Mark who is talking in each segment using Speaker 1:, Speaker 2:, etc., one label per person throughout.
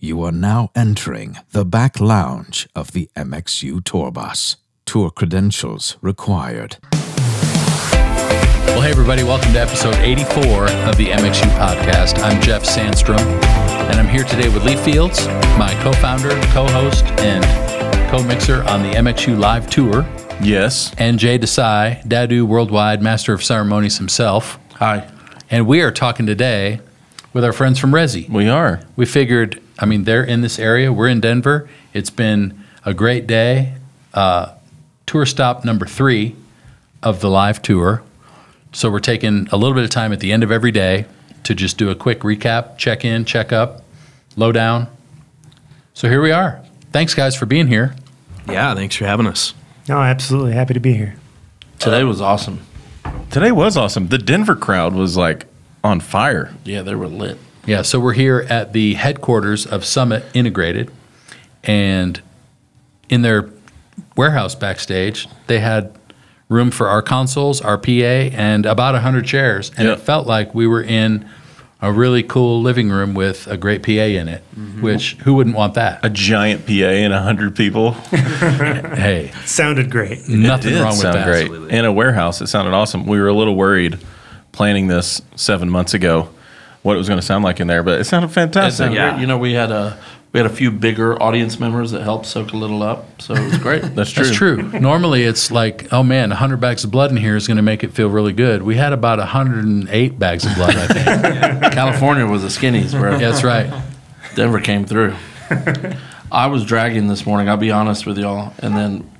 Speaker 1: you are now entering the back lounge of the MXU tour bus. Tour credentials required.
Speaker 2: Well, hey, everybody, welcome to episode 84 of the MXU podcast. I'm Jeff Sandstrom, and I'm here today with Lee Fields, my co founder, co host, and co mixer on the MXU Live Tour,
Speaker 3: Yes.
Speaker 2: and Jay Desai, Dadu Worldwide, Master of Ceremonies himself.
Speaker 3: Hi.
Speaker 2: And we are talking today with our friends from Resi.
Speaker 3: We are.
Speaker 2: We figured, I mean, they're in this area, we're in Denver. It's been a great day. Uh, tour stop number three of the live tour. So we're taking a little bit of time at the end of every day to just do a quick recap, check in, check up, low down. So here we are. Thanks, guys, for being here.
Speaker 4: Yeah, thanks for having us.
Speaker 5: No, absolutely. Happy to be here.
Speaker 4: Today was awesome.
Speaker 3: Today was awesome. The Denver crowd was like on fire.
Speaker 4: Yeah, they were lit.
Speaker 2: Yeah, so we're here at the headquarters of Summit Integrated, and in their warehouse backstage, they had room for our consoles, our PA, and about 100 chairs. And
Speaker 3: Yeah.
Speaker 2: it felt like we were in a really cool living room with a great PA in it,
Speaker 3: Mm-hmm.
Speaker 2: which who wouldn't want that?
Speaker 3: A giant PA and a hundred people.
Speaker 2: hey,
Speaker 5: Sounded great.
Speaker 2: nothing
Speaker 3: Did
Speaker 2: wrong with
Speaker 3: sound
Speaker 2: that.
Speaker 3: great. In a warehouse, it sounded awesome. We were a little worried planning this seven months ago what it was going to sound like in there, but it sounded
Speaker 4: It
Speaker 3: fantastic.
Speaker 4: sounded
Speaker 6: Yeah.
Speaker 4: great. You know, we had a we had a few bigger audience members that helped soak a little up, so it was great.
Speaker 3: That's true.
Speaker 2: That's true. Normally, it's like, oh man, 100 bags of blood in here is going to make it feel really good. We had about 108 bags of blood, I think.
Speaker 4: California was the skinnies, bro.
Speaker 2: yeah, that's right.
Speaker 4: Denver came through. I was dragging this morning. I'll be honest with y'all, and then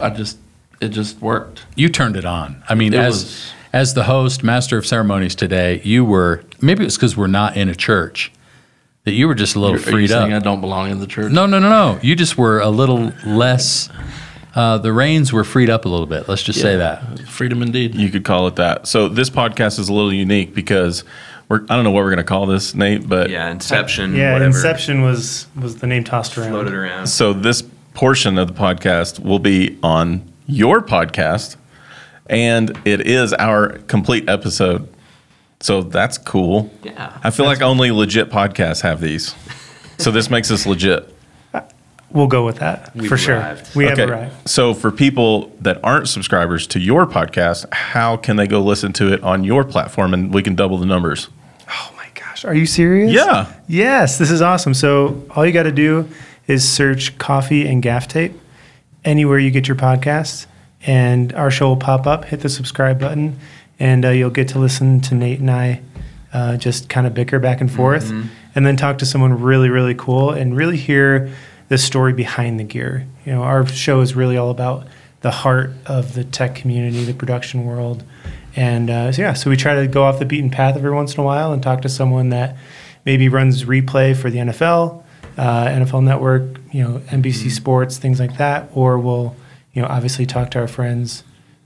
Speaker 4: I just it just worked.
Speaker 2: you turned it on. I mean,
Speaker 4: It
Speaker 2: as
Speaker 4: was-
Speaker 2: as the host, master of ceremonies today, you were maybe it was because we're not in a church that you were just a little
Speaker 4: Are you
Speaker 2: freed up.
Speaker 4: saying I don't belong in the church.
Speaker 2: no, no, no, no. You just were a little less. Uh, the reins were freed up a little bit. Let's just say that.
Speaker 4: freedom indeed.
Speaker 3: You could call it that. So this podcast is a little unique because we're, I don't know what we're going to call this, Nate, but
Speaker 6: Yeah, Inception.
Speaker 5: Yeah,
Speaker 6: whatever.
Speaker 5: Inception was was the name tossed around.
Speaker 6: floated around.
Speaker 3: So this portion of the podcast will be on your podcast, and it is our complete episode. So that's cool.
Speaker 6: Yeah.
Speaker 3: I feel like only legit podcasts have these. So this makes us legit.
Speaker 5: We'll go with that
Speaker 6: We've
Speaker 5: for sure.
Speaker 6: arrived.
Speaker 5: We have arrived.
Speaker 3: So for people that aren't subscribers to your podcast, how can they go listen to it on your platform and we can double the numbers?
Speaker 5: Oh my gosh, are you serious?
Speaker 3: Yeah.
Speaker 5: Yes, this is awesome. So all you got to do is search "coffee and gaff tape" anywhere you get your podcasts, and our show will pop up. Hit the subscribe button, and uh, you'll get to listen to Nate and I uh, just kind of bicker back and forth, and then talk to someone really, really cool, and really hear the story behind the gear. You know, our show is really all about the heart of the tech community, the production world. And uh, so, yeah, so we try to go off the beaten path every once in a while and talk to someone that maybe runs replay for the NFL, uh, NFL Network, you know, NBC Sports, things like that. Or we'll, you know, obviously talk to our friends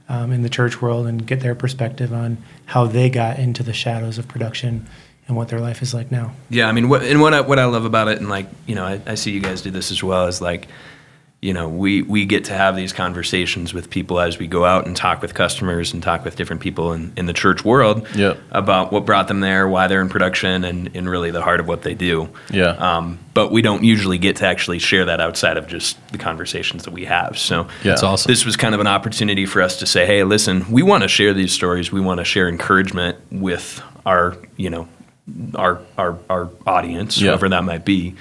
Speaker 5: um, in the church world and get their perspective on how they got into the shadows of production and what their life is like now.
Speaker 6: Yeah, I mean, what, and what I, what I love about it, and like you know, I, I see you guys do this as well, is like, you know, we we get to have these conversations with people as we go out and talk with customers and talk with different people in, in the church world
Speaker 3: Yep.
Speaker 6: about what brought them there, why they're in production, and and really the heart of what they do.
Speaker 3: Yeah.
Speaker 6: Um, but we don't usually get to actually share that outside of just the conversations that we have. So
Speaker 3: Yeah.
Speaker 2: It's awesome.
Speaker 6: this was kind of an opportunity for us to say, hey, listen, we want to share these stories. We want to share encouragement with our, you know, our our, our audience,
Speaker 3: Yeah.
Speaker 6: whoever that might be.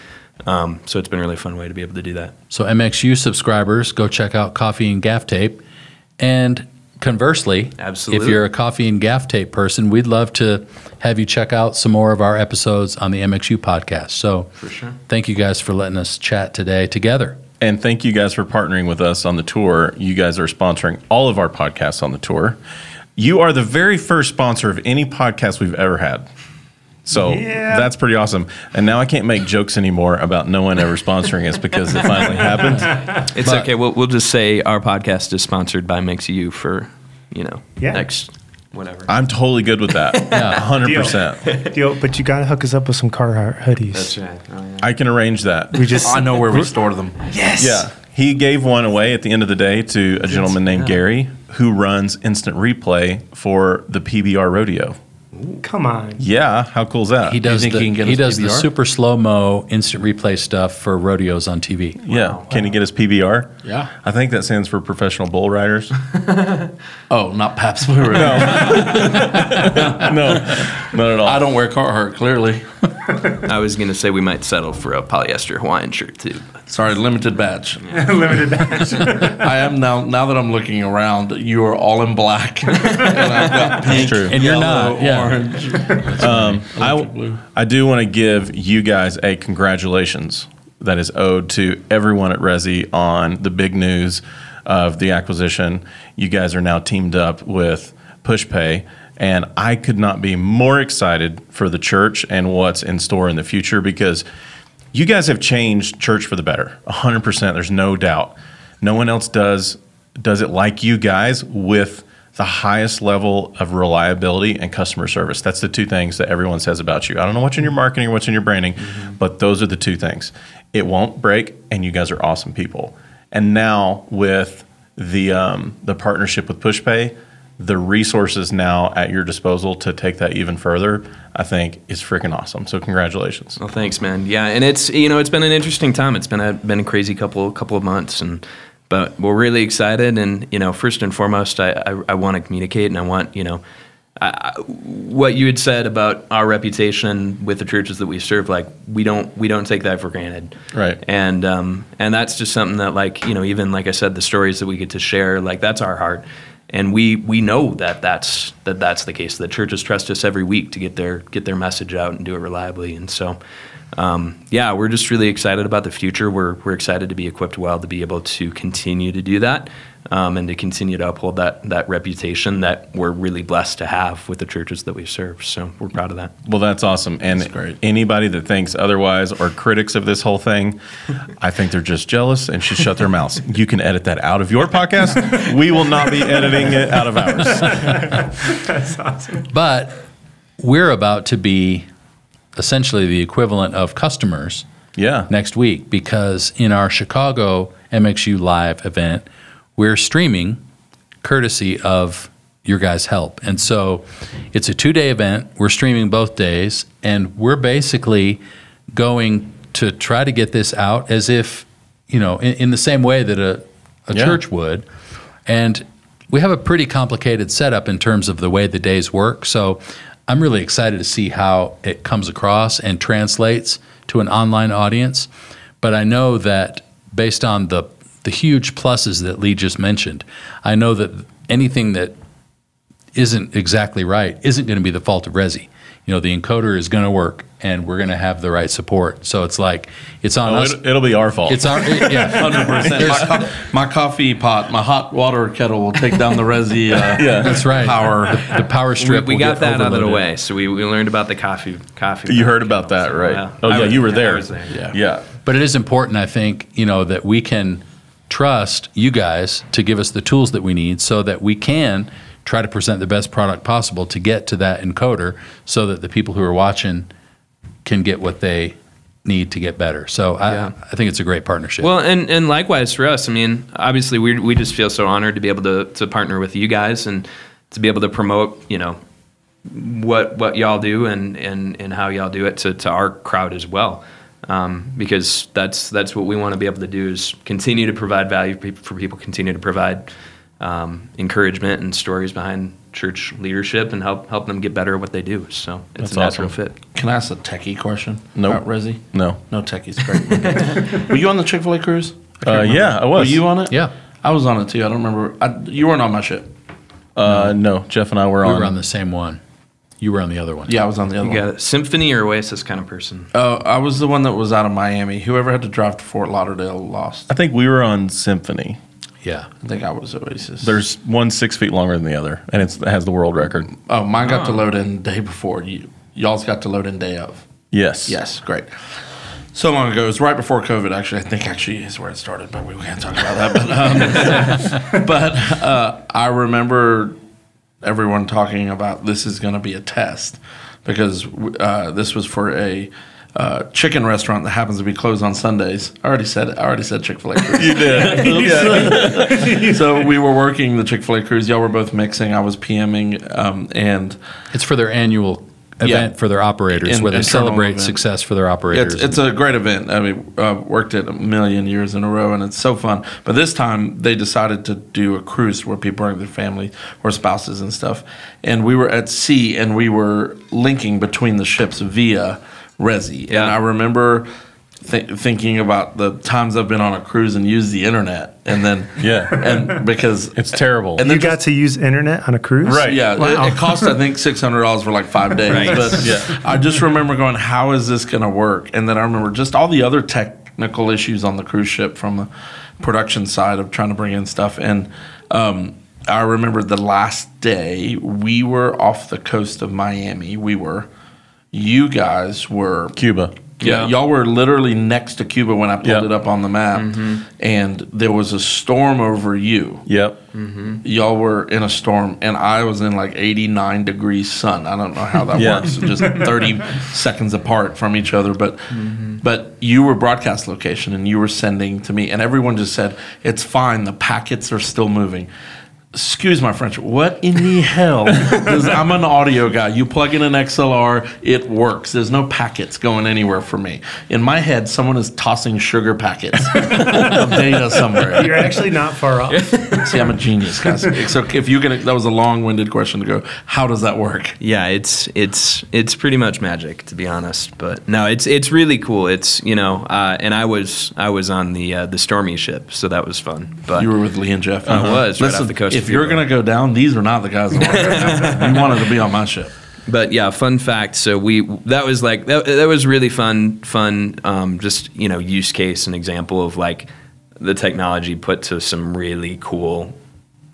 Speaker 6: Um, so it's been a really fun way to be able to do that.
Speaker 2: So MXU subscribers, go check out Coffee and Gaff Tape. And conversely,
Speaker 6: Absolutely.
Speaker 2: if you're a Coffee and Gaff Tape person, we'd love to have you check out some more of our episodes on the MXU podcast. So for
Speaker 6: sure.
Speaker 2: thank you guys for letting us chat today together.
Speaker 3: And thank you guys for partnering with us on the tour. You guys are sponsoring all of our podcasts on the tour. You are the very first sponsor of any podcast we've ever had. So
Speaker 5: Yeah.
Speaker 3: that's pretty awesome. And now I can't make jokes anymore about no one ever sponsoring us because it finally happened.
Speaker 6: It's
Speaker 2: But-
Speaker 6: okay. We'll, we'll just say our podcast is sponsored by Makes You for, you know,
Speaker 5: Yeah.
Speaker 6: next whatever.
Speaker 3: I'm totally good with that.
Speaker 2: Yeah.
Speaker 3: 100%.
Speaker 5: Deal, but you got to hook us up with some Carhartt hoodies.
Speaker 6: right.
Speaker 3: I can arrange that.
Speaker 5: We just
Speaker 4: I know where we store them.
Speaker 5: yes.
Speaker 3: Yeah. He gave one away at the end of the day to a gentleman named Gary who runs instant replay for the PBR rodeo.
Speaker 5: Come on.
Speaker 3: Yeah, how cool is that?
Speaker 2: He does
Speaker 4: think
Speaker 2: the,
Speaker 4: he can get
Speaker 2: he
Speaker 4: us
Speaker 2: does the
Speaker 4: PBR?
Speaker 2: super slow mo instant replay stuff for rodeos on TV.
Speaker 3: yeah, can he get his PBR?
Speaker 4: Yeah.
Speaker 3: I think that stands for professional bull riders.
Speaker 4: Oh, not Pabst Blue Ribbon.
Speaker 3: no, not at all.
Speaker 4: I don't wear Carhartt. Clearly,
Speaker 6: I was going to say we might settle for a polyester Hawaiian shirt too. but-
Speaker 4: sorry, limited batch.
Speaker 5: Limited batch.
Speaker 4: I am now. Now that I'm looking around, you are all in black, and I've got pink,
Speaker 3: true.
Speaker 2: And you're
Speaker 4: yellow,
Speaker 2: not, yeah.
Speaker 4: orange.
Speaker 3: I, I do want to give you guys a congratulations that is owed to everyone at Resi on the big news of the acquisition. You guys are now teamed up with PushPay, and I could not be more excited for the church and what's in store in the future because you guys have changed church for the better 100% there's no doubt no one else does does it like you guys with the highest level of reliability and customer service that's the two things that everyone says about you i don't know what's in your marketing or what's in your branding but those are the two things it won't break and you guys are awesome people and now with the um, the partnership with pushpay the resources now at your disposal to take that even further i think is freaking awesome so congratulations
Speaker 6: Well, thanks, man. Yeah, and it's you know it's been an interesting time. It's been a been a crazy couple couple of months, and but we're really excited. And you know, first and foremost, I I, I want to communicate, and I want you know. I, I- what you had said about our reputation with the churches that we serve, like we don't we don't take that for granted,
Speaker 3: Right.
Speaker 6: And um, and that's just something that like you know even like I said the stories that we get to share like that's our heart, and we we know that that's that that's the case. The churches trust us every week to get their get their message out and do it reliably, and so um, yeah, we're just really excited about the future. We're we're excited to be equipped well to be able to continue to do that. Um, and to continue to uphold that that reputation that we're really blessed to have with the churches that we serve, so we're proud of that.
Speaker 3: Well, that's awesome. And
Speaker 4: great.
Speaker 3: anybody that thinks otherwise or critics of this whole thing, I think they're just jealous and should shut their mouths. You can edit that out of your podcast. We will not be editing it out of ours.
Speaker 2: But we're about to be essentially the equivalent of customers
Speaker 3: Yeah.
Speaker 2: next week because in our Chicago MXU Live event, we're streaming courtesy of your guys' help. And so it's a two day event. We're streaming both days, and we're basically going to try to get this out as if, you know, in, in the same way that a, a
Speaker 3: Yeah.
Speaker 2: church would. And we have a pretty complicated setup in terms of the way the days work. So I'm really excited to see how it comes across and translates to an online audience. But I know that based on the the huge pluses that Lee just mentioned, I know that anything that isn't exactly right isn't going to be the fault of Resi. You know, the encoder is going to work, and we're going to have the right support. So it's like it's on
Speaker 3: Oh,
Speaker 2: us.
Speaker 3: it, will be our fault.
Speaker 2: It's our yeah.
Speaker 4: Hundred percent. My, co- my coffee pot, my hot water kettle will take down the resi. Uh,
Speaker 2: That's right.
Speaker 4: Power.
Speaker 2: The, the power
Speaker 6: We,
Speaker 2: strip.
Speaker 6: we
Speaker 2: will
Speaker 6: got
Speaker 2: get
Speaker 6: that out of the
Speaker 2: overloaded.
Speaker 6: way, so we, we learned about the coffee coffee.
Speaker 3: you heard about that, right? Oh,
Speaker 6: I
Speaker 3: yeah.
Speaker 6: was-
Speaker 3: You were
Speaker 6: I
Speaker 3: there.
Speaker 6: was there.
Speaker 3: Yeah.
Speaker 2: But it is important, I think, you know, that we can trust you guys to give us the tools that we need so that we can try to present the best product possible to get to that encoder so that the people who are watching can get what they need to get better. So I,
Speaker 6: Yeah.
Speaker 2: I think it's a great partnership.
Speaker 6: Well, and, and likewise for us. I mean, obviously, we we just feel so honored to be able to to partner with you guys and to be able to promote, you know, what what y'all do and and and how y'all do it to to our crowd as well. Um, because that's that's what we want to be able to do is continue to provide value for people, for people continue to provide um, encouragement and stories behind church leadership and help help them get better at what they do. So it's
Speaker 3: That's
Speaker 6: a natural
Speaker 3: awesome.
Speaker 6: fit.
Speaker 4: Can I ask a techie question?
Speaker 3: Nope.
Speaker 4: About resi.
Speaker 3: No.
Speaker 4: No techies. Great. Were you on the Chick Fil A cruise? I
Speaker 3: Uh,
Speaker 4: can't
Speaker 3: yeah,
Speaker 4: remember.
Speaker 3: I was.
Speaker 4: Were you on it?
Speaker 2: Yeah.
Speaker 4: I was on it too. I don't remember. I, you weren't on my ship.
Speaker 3: Uh, no. Jeff and I were
Speaker 2: we
Speaker 3: on.
Speaker 2: were on the same one. You were on the other one.
Speaker 4: um, Yeah, I was on the other
Speaker 6: You
Speaker 4: one.
Speaker 6: got it. Symphony or Oasis kind of person.
Speaker 4: Oh, I was the one that was out of Miami. Whoever had to drive to Fort Lauderdale lost.
Speaker 3: I think we were on Symphony.
Speaker 2: Yeah.
Speaker 4: I think I was Oasis.
Speaker 3: There's one six feet longer than the other, and it's, it has the world record.
Speaker 4: oh, mine got to load in day before you. Y'all's got to load in day of.
Speaker 3: Yes.
Speaker 4: Yes, great. So long ago, it was right before COVID. Actually, I think actually is where it started, but we can't talk about that. But, um, but uh, I remember everyone talking about this is going to be a test because uh, this was for a uh, chicken restaurant that happens to be closed on Sundays. I already said it. I already said Chick Fil A.
Speaker 3: You did.
Speaker 4: so we were working the Chick Fil A cruise. Y'all were both mixing. I was PMing, um, and
Speaker 2: It's for their annual event for their operators
Speaker 4: In-
Speaker 2: where they
Speaker 4: internal
Speaker 2: celebrate
Speaker 4: event.
Speaker 2: success for their operators.
Speaker 4: it's it's a great event. I mean, uh, worked it a million years in a row, and it's so fun. But this time they decided to do a cruise where people bring their family or spouses and stuff. And we were at sea, and we were linking between the ships via Resi. And
Speaker 6: Yeah.
Speaker 4: I remember. Th- thinking about the times I've been on a cruise and used the internet, and then
Speaker 3: Yeah.
Speaker 4: and because
Speaker 3: It's terrible.
Speaker 4: and
Speaker 5: You
Speaker 4: then just-
Speaker 5: got to use internet on a cruise?
Speaker 3: Right.
Speaker 4: yeah, it-
Speaker 5: Wow.
Speaker 4: it, cost I think six hundred dollars for like five days.
Speaker 6: Right.
Speaker 4: But
Speaker 3: Yeah.
Speaker 4: I just remember going, "How is this going to work?" And then I remember just all the other technical issues on the cruise ship from the production side of trying to bring in stuff. And um, I remember the last day we were off the coast of Miami. We were, you guys were
Speaker 3: Cuba.
Speaker 4: yeah.
Speaker 6: Yeah.
Speaker 4: y'all were literally next to Cuba when I pulled
Speaker 3: Yeah. Mm-hmm.
Speaker 4: it up on the map, and there was a storm over you
Speaker 3: Yep.
Speaker 4: y'all were in a storm and I was in like 89 degrees sun. I don't know how that
Speaker 3: Yeah.
Speaker 4: works. Just 30 seconds apart from each other, but but you were broadcast location and you were sending to me and everyone just said it's fine. The packets are still moving. Excuse my French. What in the hell? does, I'm an audio guy. You plug in an XLR, it works. There's no packets going anywhere for me. In my head, someone is tossing sugar packets of data somewhere.
Speaker 5: You're actually not far off.
Speaker 4: See, I'm a genius, guys. So if you can, that was a long-winded question to go. How does that work?
Speaker 6: yeah, it's it's it's pretty much magic to be honest. But no, it's it's really cool. It's you know, uh, and I was I was on the uh, the stormy ship, so that was fun. But
Speaker 4: You were with Lee and Jeff.
Speaker 6: I was, right off the coast
Speaker 4: If
Speaker 6: of
Speaker 4: you're
Speaker 6: Cuba.
Speaker 4: gonna go down, these are not the guys. That want you wanted to be on my ship.
Speaker 6: but yeah, fun fact. So we that was like that, that was really fun, fun. Um, just you know, use case and example of like the technology put to some really cool,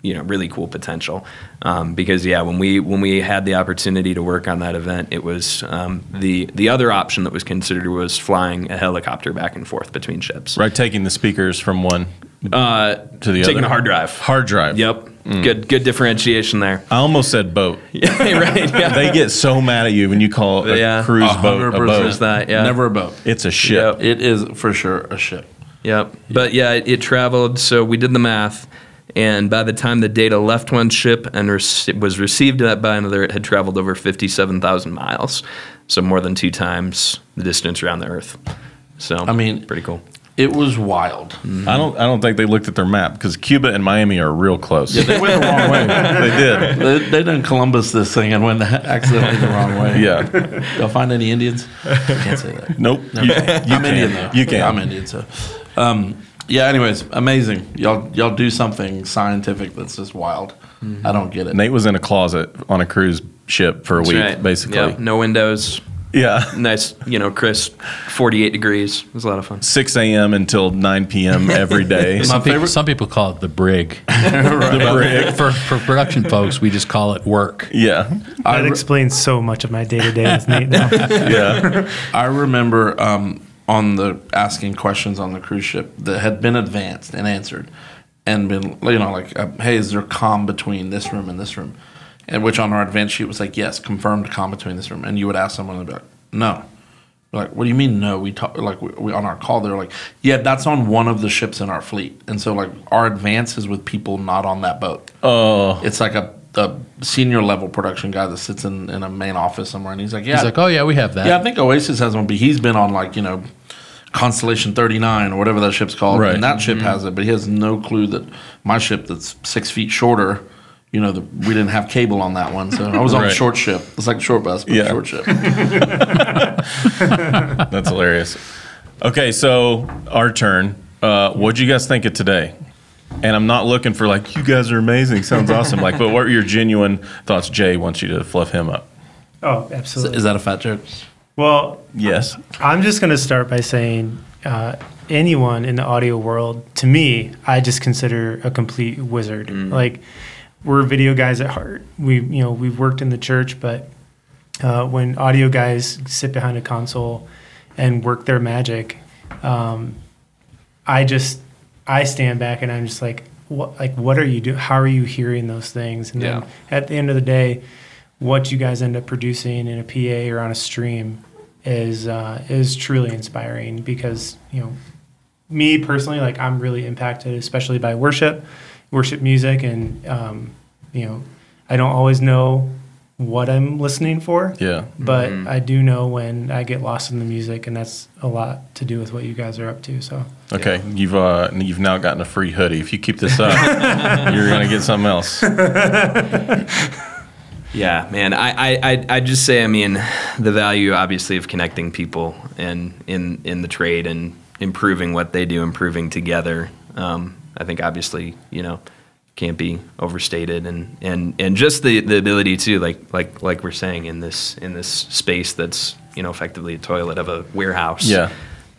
Speaker 6: you know, really cool potential. Um, because yeah, when we when we had the opportunity to work on that event, it was um, the the other option that was considered was flying a helicopter back and forth between ships.
Speaker 3: Right, taking the speakers from one
Speaker 6: Uh,
Speaker 3: to the other.
Speaker 6: taking a hard drive.
Speaker 3: Hard drive.
Speaker 6: Yep. Good good differentiation there.
Speaker 3: I almost said boat.
Speaker 6: right. Yeah.
Speaker 3: They get so mad at you when you call a
Speaker 6: Yeah.
Speaker 3: cruise boat a
Speaker 4: 100%
Speaker 3: boat.
Speaker 6: There's that. Uh, Yeah.
Speaker 4: Never a boat.
Speaker 3: It's a ship.
Speaker 6: Yep.
Speaker 4: It is for sure a ship.
Speaker 6: Yep. But yeah, it, it traveled. So we did the math, and by the time the data left one ship and rec- was received by another, it had traveled over fifty-seven thousand miles, so more than two times the distance around the Earth. So I
Speaker 4: mean-
Speaker 6: pretty cool.
Speaker 4: It was wild.
Speaker 3: I don't. I don't think they looked at their map because Cuba and Miami are real close.
Speaker 4: They went the wrong way.
Speaker 3: they did.
Speaker 4: They, they done Columbus this thing and went accidentally the wrong way.
Speaker 3: Yeah.
Speaker 4: They'll find any Indians. Can't say that.
Speaker 3: Nope. You, you
Speaker 4: I'm
Speaker 3: can.
Speaker 4: Indian though.
Speaker 3: You can.
Speaker 4: I'm Indian, so. Um, yeah. Anyways, amazing. Y'all, y'all do something scientific that's just wild.
Speaker 3: Mm-hmm.
Speaker 4: I don't get it.
Speaker 3: Nate was in a closet on a cruise ship for a week,
Speaker 6: Right.
Speaker 3: basically.
Speaker 6: Yep. No windows.
Speaker 3: Yeah.
Speaker 6: Nice, you know, crisp, forty-eight degrees. It was a lot of fun.
Speaker 3: 6 a.m. until 9 p.m. every day.
Speaker 2: some, people, some people call it the brig.
Speaker 3: The brig.
Speaker 2: for, for production folks, we just call it work.
Speaker 3: Yeah.
Speaker 5: That explains so much of my day to day with Nate now.
Speaker 3: Yeah.
Speaker 4: I remember um, on the asking questions on the cruise ship that had been advanced and answered, and been you know like, uh, hey, is there calm between this room and this room? And which on our advance sheet was like, yes, confirmed calm between this room. And you would ask someone and they'd be like, no. We're like, what do you mean no? We talk like we, we on our call. They're like, yeah, that's on one of the ships in our fleet, and so like our advance is with people not on that boat.
Speaker 3: Oh.
Speaker 4: It's like a, a senior level production guy that sits in, in a main office somewhere, and he's like, yeah,
Speaker 2: He's like, oh, yeah, we have that.
Speaker 4: yeah, I think Oasis has one, but he's been on like you know, Constellation Thirty Nine or whatever that ship's called,
Speaker 3: Right.
Speaker 4: and that ship has it, but he has no clue that my ship that's six feet shorter. You know, the, we didn't have cable on that one, so I was on a
Speaker 3: Right.
Speaker 4: short ship. It's like a short bus, but a
Speaker 3: Yeah.
Speaker 4: short ship.
Speaker 3: That's hilarious. Okay, so our turn. Uh, what'd you guys think of today? And I'm not looking for like you guys are amazing, sounds awesome. Like, but what were your genuine thoughts? Jay wants you to fluff him up.
Speaker 5: Oh, absolutely.
Speaker 4: Is that a fat joke?
Speaker 5: Well,
Speaker 3: Yes.
Speaker 5: I'm just going to start by saying uh, anyone in the audio world, to me, I just consider a complete wizard. Like, we're video guys at heart. We, you know, we've worked in the church, but uh, when audio guys sit behind a console and work their magic, um, I just I stand back and I'm just like, what, like, what are you doing? How are you hearing those things? And
Speaker 6: Yeah.
Speaker 5: then at the end of the day, what you guys end up producing in a PA or on a stream is uh, is truly inspiring because you know me personally, like I'm really impacted, especially by worship, worship music, and um, you know, I don't always know what I'm listening for.
Speaker 3: Yeah.
Speaker 5: But I do know when I get lost in the music, and that's a lot to do with what you guys are up to. So
Speaker 3: Okay, you've uh, you've now gotten a free hoodie. If you keep this up, you're gonna get something else.
Speaker 6: Yeah, man. I, I, I, I just say, I mean, the value obviously of connecting people and in, in the trade and improving what they do, improving together. Um, I think obviously, you know, can't be overstated and, and, and just the, the ability to like, like, like we're saying in this, in this space that's, you know, effectively a toilet of a warehouse
Speaker 3: Yeah.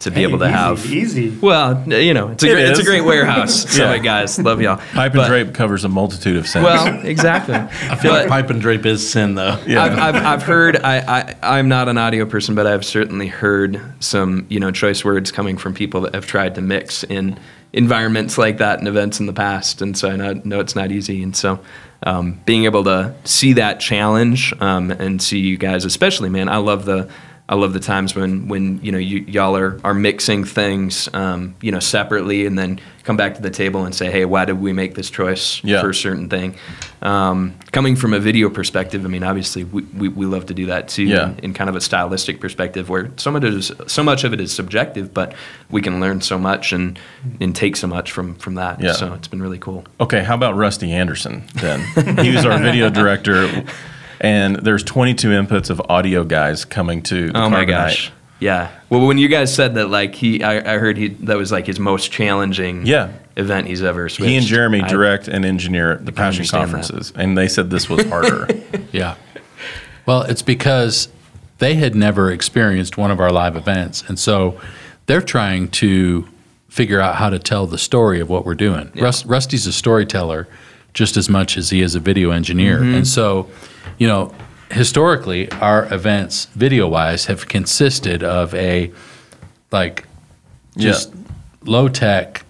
Speaker 6: to be able to
Speaker 5: easy,
Speaker 6: have,
Speaker 5: easy.
Speaker 6: well, you know, it's a
Speaker 3: It
Speaker 6: great, it's a
Speaker 3: is.
Speaker 6: great warehouse. So
Speaker 3: Yeah.
Speaker 6: guys, love y'all.
Speaker 3: Pipe and
Speaker 6: But-
Speaker 3: drape covers a multitude of sins.
Speaker 6: Well, exactly. I
Speaker 4: feel like pipe and drape is sin, though.
Speaker 6: I've, I've, I've heard I, I I'm not an audio person, but I've certainly heard some you know choice words coming from people that have tried to mix in environments like that and events in the past, and so I know, know it's not easy, and so um, being able to see that challenge um, and see you guys, especially man, I love the. I love the times when, when you know you, y'all are, are mixing things um, you know separately and then come back to the table and say hey why did we make this choice
Speaker 3: Yeah.
Speaker 6: for certain thing. Um, coming from a video perspective, I mean, obviously we, we, we love to do that too,
Speaker 3: Yeah.
Speaker 6: in, in kind of a stylistic perspective, where so much of it is so much of it is subjective, but we can learn so much and and take so much from from that.
Speaker 3: Yeah.
Speaker 6: So it's been really cool.
Speaker 3: Okay, how about Rusty Anderson then? he was our video director, and there's 22 inputs of audio guys coming to. The
Speaker 6: oh my
Speaker 3: Carbonite.
Speaker 6: gosh. Yeah. Well, when you guys said that, like he, I, I heard he that was like his most challenging
Speaker 3: Yeah.
Speaker 6: event he's ever. Switched.
Speaker 3: He and Jeremy
Speaker 6: I-
Speaker 3: direct and engineer the passion
Speaker 6: understand
Speaker 3: conferences, and they said this was harder.
Speaker 2: Yeah. Well, it's because they had never experienced one of our live events. And so they're trying to figure out how to tell the story of what we're doing. Rust, Rusty's a storyteller just as much as he is a video engineer. And so, you know, historically, our events, video wise, have consisted of a like just low tech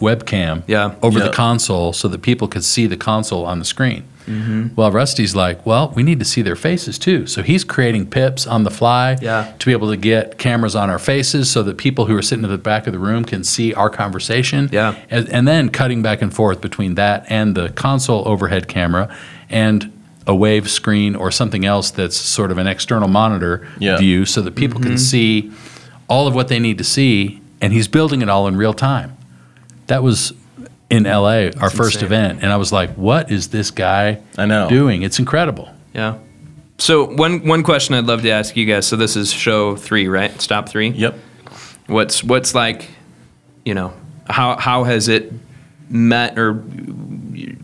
Speaker 2: webcam
Speaker 6: Yeah.
Speaker 2: over
Speaker 3: Yeah.
Speaker 2: the console so that people could see the console on the screen.
Speaker 6: Mm-hmm.
Speaker 2: Well, Rusty's like, well, we need to see their faces too. So he's creating pips on the fly
Speaker 6: Yeah.
Speaker 2: to be able to get cameras on our faces so that people who are sitting at the back of the room can see our conversation.
Speaker 6: Yeah.
Speaker 2: And, and then cutting back and forth between that and the console overhead camera and a wave screen or something else that's sort of an external monitor
Speaker 3: Yeah.
Speaker 2: view so that people
Speaker 6: Mm-hmm.
Speaker 2: can see all of what they need to see. And he's building it all in real time. That was in LA, our first
Speaker 6: insane.
Speaker 2: event. And I was like, what is this guy
Speaker 3: I know.
Speaker 2: doing? It's incredible.
Speaker 6: Yeah. So one one question I'd love to ask you guys. So this is show three, right? Stop three.
Speaker 3: Yep.
Speaker 6: what's what's like you know how how has it met or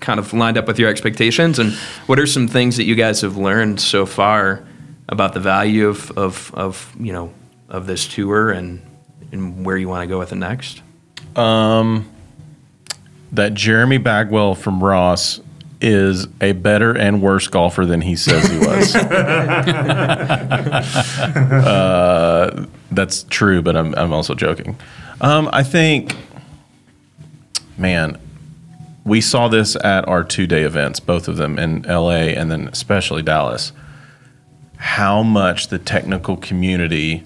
Speaker 6: kind of lined up with your expectations and what are some things that you guys have learned so far about the value of of, of you know of this tour and and where you want to go with it next
Speaker 3: That Jeremy Bagwell from Ross is a better and worse golfer than he says he was. uh, Uh, that's true, but I'm, I'm also joking. Um, I think, man, we saw this at our two day events, both of them in LA and then especially Dallas, how much the technical community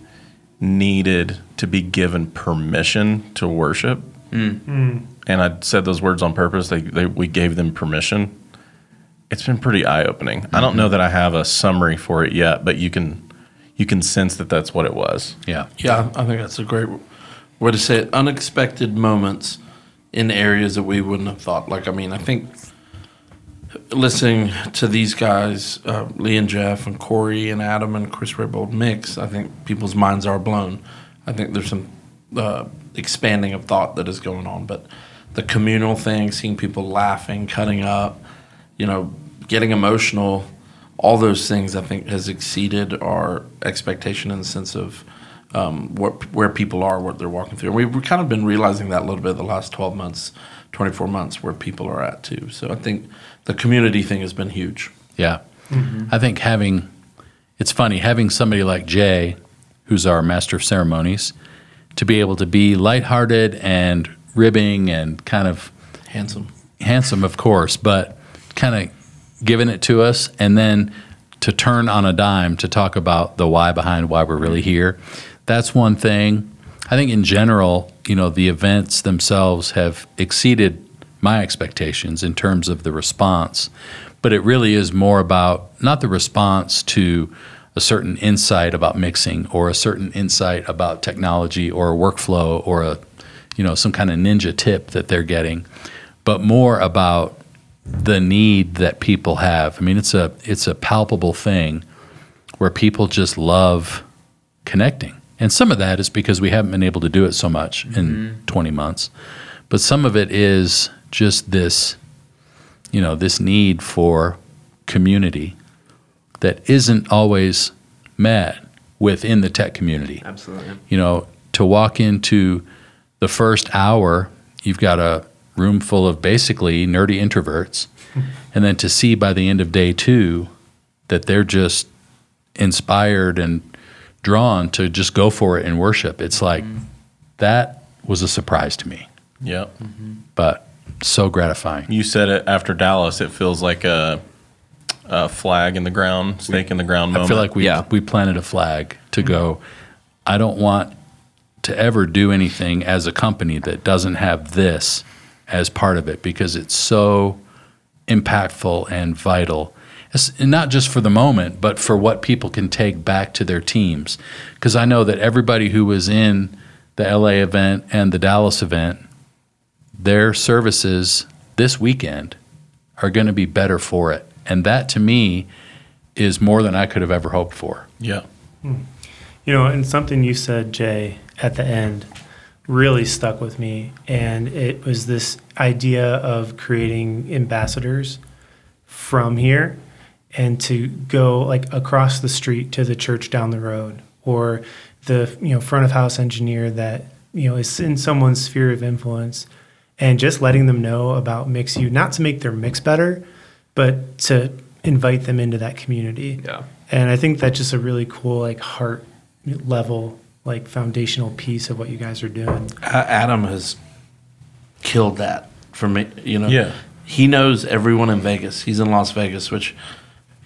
Speaker 3: needed to be given permission to worship. And I said those words on purpose. They, they, we gave them permission. It's been pretty eye opening. I
Speaker 2: Mm-hmm.
Speaker 3: don't know that I have a summary for it yet, but you can you can sense that that's what it was.
Speaker 2: Yeah.
Speaker 4: Yeah, I think that's a great way to say it. Unexpected moments in areas that we wouldn't have thought. Like, I mean, I think listening to these guys, uh, Lee and Jeff and Corey and Adam and Chris Raybould mix, I think people's minds are blown. I think there's some uh, expanding of thought that is going on, but the communal thing, seeing people laughing, cutting up, you know, getting emotional, all those things I think has exceeded our expectation in the sense of um, what where people are, what they're walking through. And we've kind of been realizing that a little bit the last 12 months, 24 months, where people are at too. So I think the community thing has been huge.
Speaker 2: Yeah. I think having, it's funny, having somebody like Jay, who's our master of ceremonies, to be able to be lighthearted and ribbing and kind of
Speaker 4: Handsome.
Speaker 2: handsome, of course, but kind of giving it to us and then to turn on a dime to talk about the why behind why we're really here. That's one thing. I think in general, you know, the events themselves have exceeded my expectations in terms of the response, but it really is more about not the response to a certain insight about mixing or a certain insight about technology or a workflow or a you know some kind of ninja tip that they're getting but more about the need that people have i mean it's a it's a palpable thing where people just love connecting and some of that is because we haven't been able to do it so much in 20 months but some of it is just this you know this need for community that isn't always met within the tech community
Speaker 6: Absolutely.
Speaker 2: you know, to walk into the first hour, you've got a room full of basically nerdy introverts. and then to see by the end of day two that they're just inspired and drawn to just go for it and worship, it's like that was a surprise to me,
Speaker 3: Yep.
Speaker 2: but so gratifying.
Speaker 3: You said it after Dallas. It feels like a, a flag in the ground, snake in the ground moment.
Speaker 2: I feel like we
Speaker 6: Yeah.
Speaker 2: we planted a flag to go. I don't want to ever do anything as a company that doesn't have this as part of it because it's so impactful and vital. It's and not just for the moment, but for what people can take back to their teams. Because I know that everybody who was in the LA event and the Dallas event, their services this weekend are going to be better for it. And that to me is more than I could have ever hoped for.
Speaker 3: yeah.
Speaker 5: You know, and something you said, Jay, at the end really stuck with me. And it was this idea of creating ambassadors from here and to go like across the street to the church down the road or the you know front of house engineer that you know is in someone's sphere of influence and just letting them know about mix you not to make their mix better but to invite them into that community
Speaker 6: Yeah.
Speaker 5: and I think that's just a really cool, like heart level, like foundational piece of what you guys are doing.
Speaker 4: A- Adam has killed that for me. You know,
Speaker 3: Yeah.
Speaker 4: he knows everyone in Vegas. He's in Las Vegas, which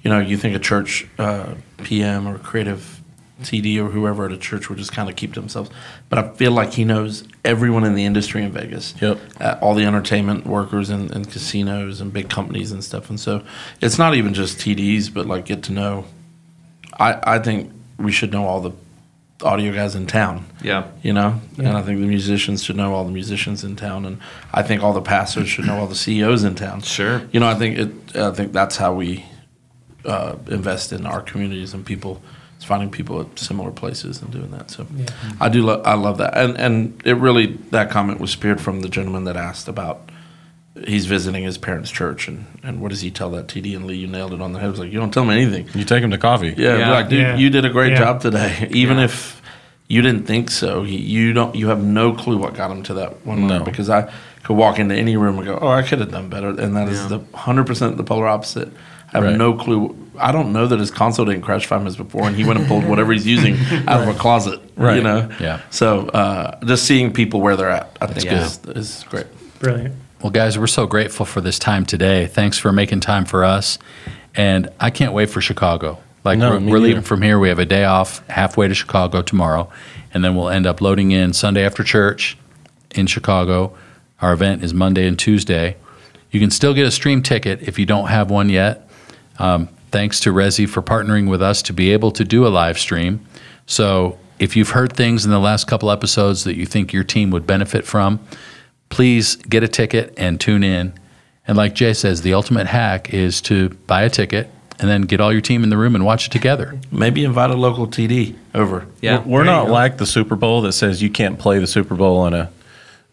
Speaker 4: you know you think a church uh, PM or creative TD or whoever at a church would just kind of keep to themselves, but I feel like he knows everyone in the industry in Vegas.
Speaker 3: Yep.
Speaker 4: Uh, all the entertainment workers and, and casinos and big companies and stuff, and so it's not even just TDs, but like get to know. I I think we should know all the audio guys in town
Speaker 6: Yeah.
Speaker 4: you know and i think the musicians should know all the musicians in town and i think all the pastors should know all the ceos in town
Speaker 6: Sure.
Speaker 4: you know i think it i think that's how we uh, invest in our communities and people it's finding people at similar places and doing that so i do lo- i love that and and it really that comment was speared from the gentleman that asked about he's visiting his parents church and and what does he tell that td and lee you nailed it on the head I was like you don't tell me anything
Speaker 3: You take him to coffee.
Speaker 4: yeah,
Speaker 6: Yeah.
Speaker 4: be like dude,
Speaker 5: Yeah.
Speaker 4: you did a great
Speaker 5: Yeah.
Speaker 4: job today. Even if you didn't think so, you- you don't. You have no clue what got him to that one.
Speaker 3: No.
Speaker 4: No. because I could walk into any room and go, "Oh, I could have done better," and that is the hundred percent the polar opposite. I have
Speaker 3: Right.
Speaker 4: no clue. I don't know that his console didn't crash five minutes before, and he went and pulled whatever he's using out of a closet. You
Speaker 3: Right.
Speaker 4: know.
Speaker 2: Yeah.
Speaker 4: So uh, just seeing people where they're at, I think
Speaker 6: good.
Speaker 4: is, is great.
Speaker 5: Brilliant.
Speaker 2: Well, guys, we're so grateful for this time today. Thanks for making time for us. And I can't wait for Chicago. Like,
Speaker 3: No,
Speaker 2: we're,
Speaker 3: me
Speaker 2: we're leaving
Speaker 3: neither.
Speaker 2: from here. We have a day off halfway to Chicago tomorrow. And then we'll end up loading in Sunday after church in Chicago. Our event is Monday and Tuesday. You can still get a stream ticket if you don't have one yet. Um, thanks to Resi for partnering with us to be able to do a live stream. So if you've heard things in the last couple episodes that you think your team would benefit from, please get a ticket and tune in. And like Jay says, the ultimate hack is to buy a ticket and then get all your team in the room and watch it together.
Speaker 4: Maybe invite a local TD over.
Speaker 6: Yeah.
Speaker 3: We're, we're not like the Super Bowl that says you can't play the Super Bowl on a,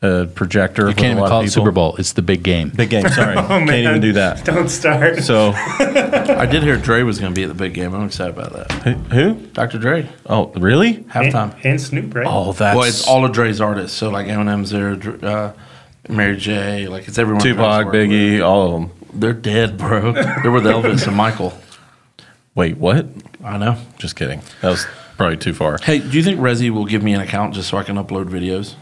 Speaker 3: a projector.
Speaker 2: You
Speaker 3: with a
Speaker 2: can't even
Speaker 3: lot of
Speaker 2: call it
Speaker 3: people.
Speaker 2: Super Bowl. Oh, It's the big game.
Speaker 3: Big game. Sorry, can't even do that.
Speaker 5: Don't start.
Speaker 3: So
Speaker 4: I did hear Dre was going to be at the big game. I'm excited about that.
Speaker 3: who- who?
Speaker 4: Dr. Dre,
Speaker 3: Oh, really?
Speaker 4: halftime.
Speaker 5: and, and Snoop, right?
Speaker 3: Oh, that's
Speaker 4: well, it's all of Dre's artists. So like Eminem's there, Dr- uh, Mary J. Like it's everyone.
Speaker 3: Tupac,
Speaker 4: Dre's worked with.
Speaker 3: Biggie, all of them.
Speaker 4: They're dead, bro. They're with Elvis and Michael.
Speaker 3: Wait, what?
Speaker 4: I know.
Speaker 3: Just kidding. That was probably too far.
Speaker 4: Hey, do you think Resi will give me an account just so I can upload videos?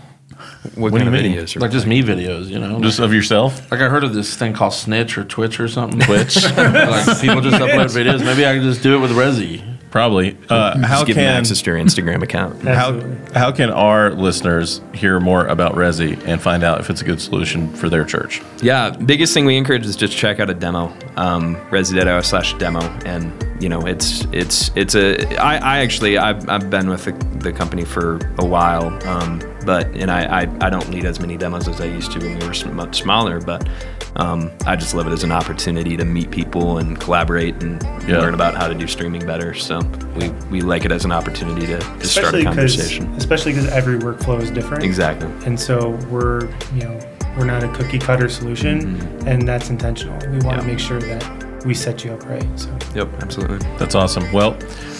Speaker 6: What,
Speaker 3: What do
Speaker 6: kind
Speaker 3: you
Speaker 6: of
Speaker 3: mean?
Speaker 6: videos? Are
Speaker 4: Like just me videos, you know.
Speaker 3: Just of yourself?
Speaker 4: Like I heard of this thing called Snitch or Twitch or something. Twitch. like people just upload videos. Maybe I can just do it with Resi.
Speaker 3: Probably. Uh, how
Speaker 6: just give them
Speaker 3: can
Speaker 6: access to your Instagram account.
Speaker 3: how, how can our listeners hear more about Resi and find out if it's a good solution for their church?
Speaker 6: Yeah, biggest thing we encourage is just check out a demo, um, residetto slash demo, and you know it's it's it's a I, I actually I've, I've been with the, the company for a while, um, but and I, I I don't lead as many demos as I used to when we were sm- much smaller, but um, I just love it as an opportunity to meet people and collaborate and
Speaker 3: Yeah.
Speaker 6: learn about how to do streaming better. So we we like it as an opportunity to, to start
Speaker 5: especially
Speaker 6: a
Speaker 5: because
Speaker 6: conversation.
Speaker 5: especially because every workflow is different.
Speaker 6: Exactly.
Speaker 5: And so we're you know we're not a cookie cutter solution, and that's intentional. We want to
Speaker 6: Mm-hmm. Yeah.
Speaker 5: make sure that we set you up right. So
Speaker 6: Yep. Absolutely.
Speaker 3: That's awesome. Well,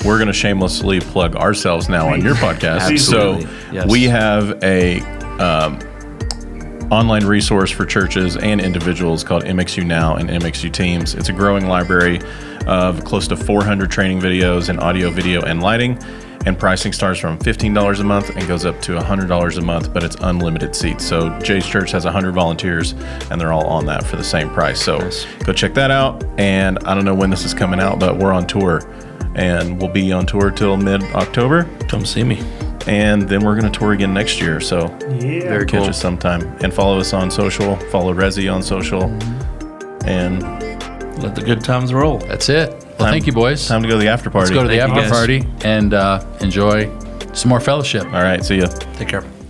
Speaker 3: we're going to shamelessly plug ourselves now on your podcast.
Speaker 6: Absolutely.
Speaker 3: So
Speaker 6: Yes.
Speaker 3: we have a um, online resource for churches and individuals called MXU Now and MXU Teams. It's a growing library of close to 400 training videos in audio, video, and lighting. And pricing starts from $15 a month and goes up to $100 a month, but it's unlimited seats. So Jay's Church has 100 volunteers, and they're all on that for the same price. So go check that out. And I don't know when this is coming out, but we're on tour, and we'll be on tour till mid October,
Speaker 4: Come see me.
Speaker 3: and then we're going to tour again next year. So
Speaker 5: yeah,
Speaker 6: Very
Speaker 3: catch
Speaker 6: cool.
Speaker 3: us sometime and follow us on social follow resi on social and
Speaker 4: Let the good times roll.
Speaker 2: That's it. Well, thank you, boys.
Speaker 3: time to go to the after party
Speaker 2: Let's go to the
Speaker 6: Thank you,
Speaker 2: after
Speaker 6: guys.
Speaker 2: party and uh, enjoy some more fellowship.
Speaker 3: all right see ya
Speaker 4: Take care.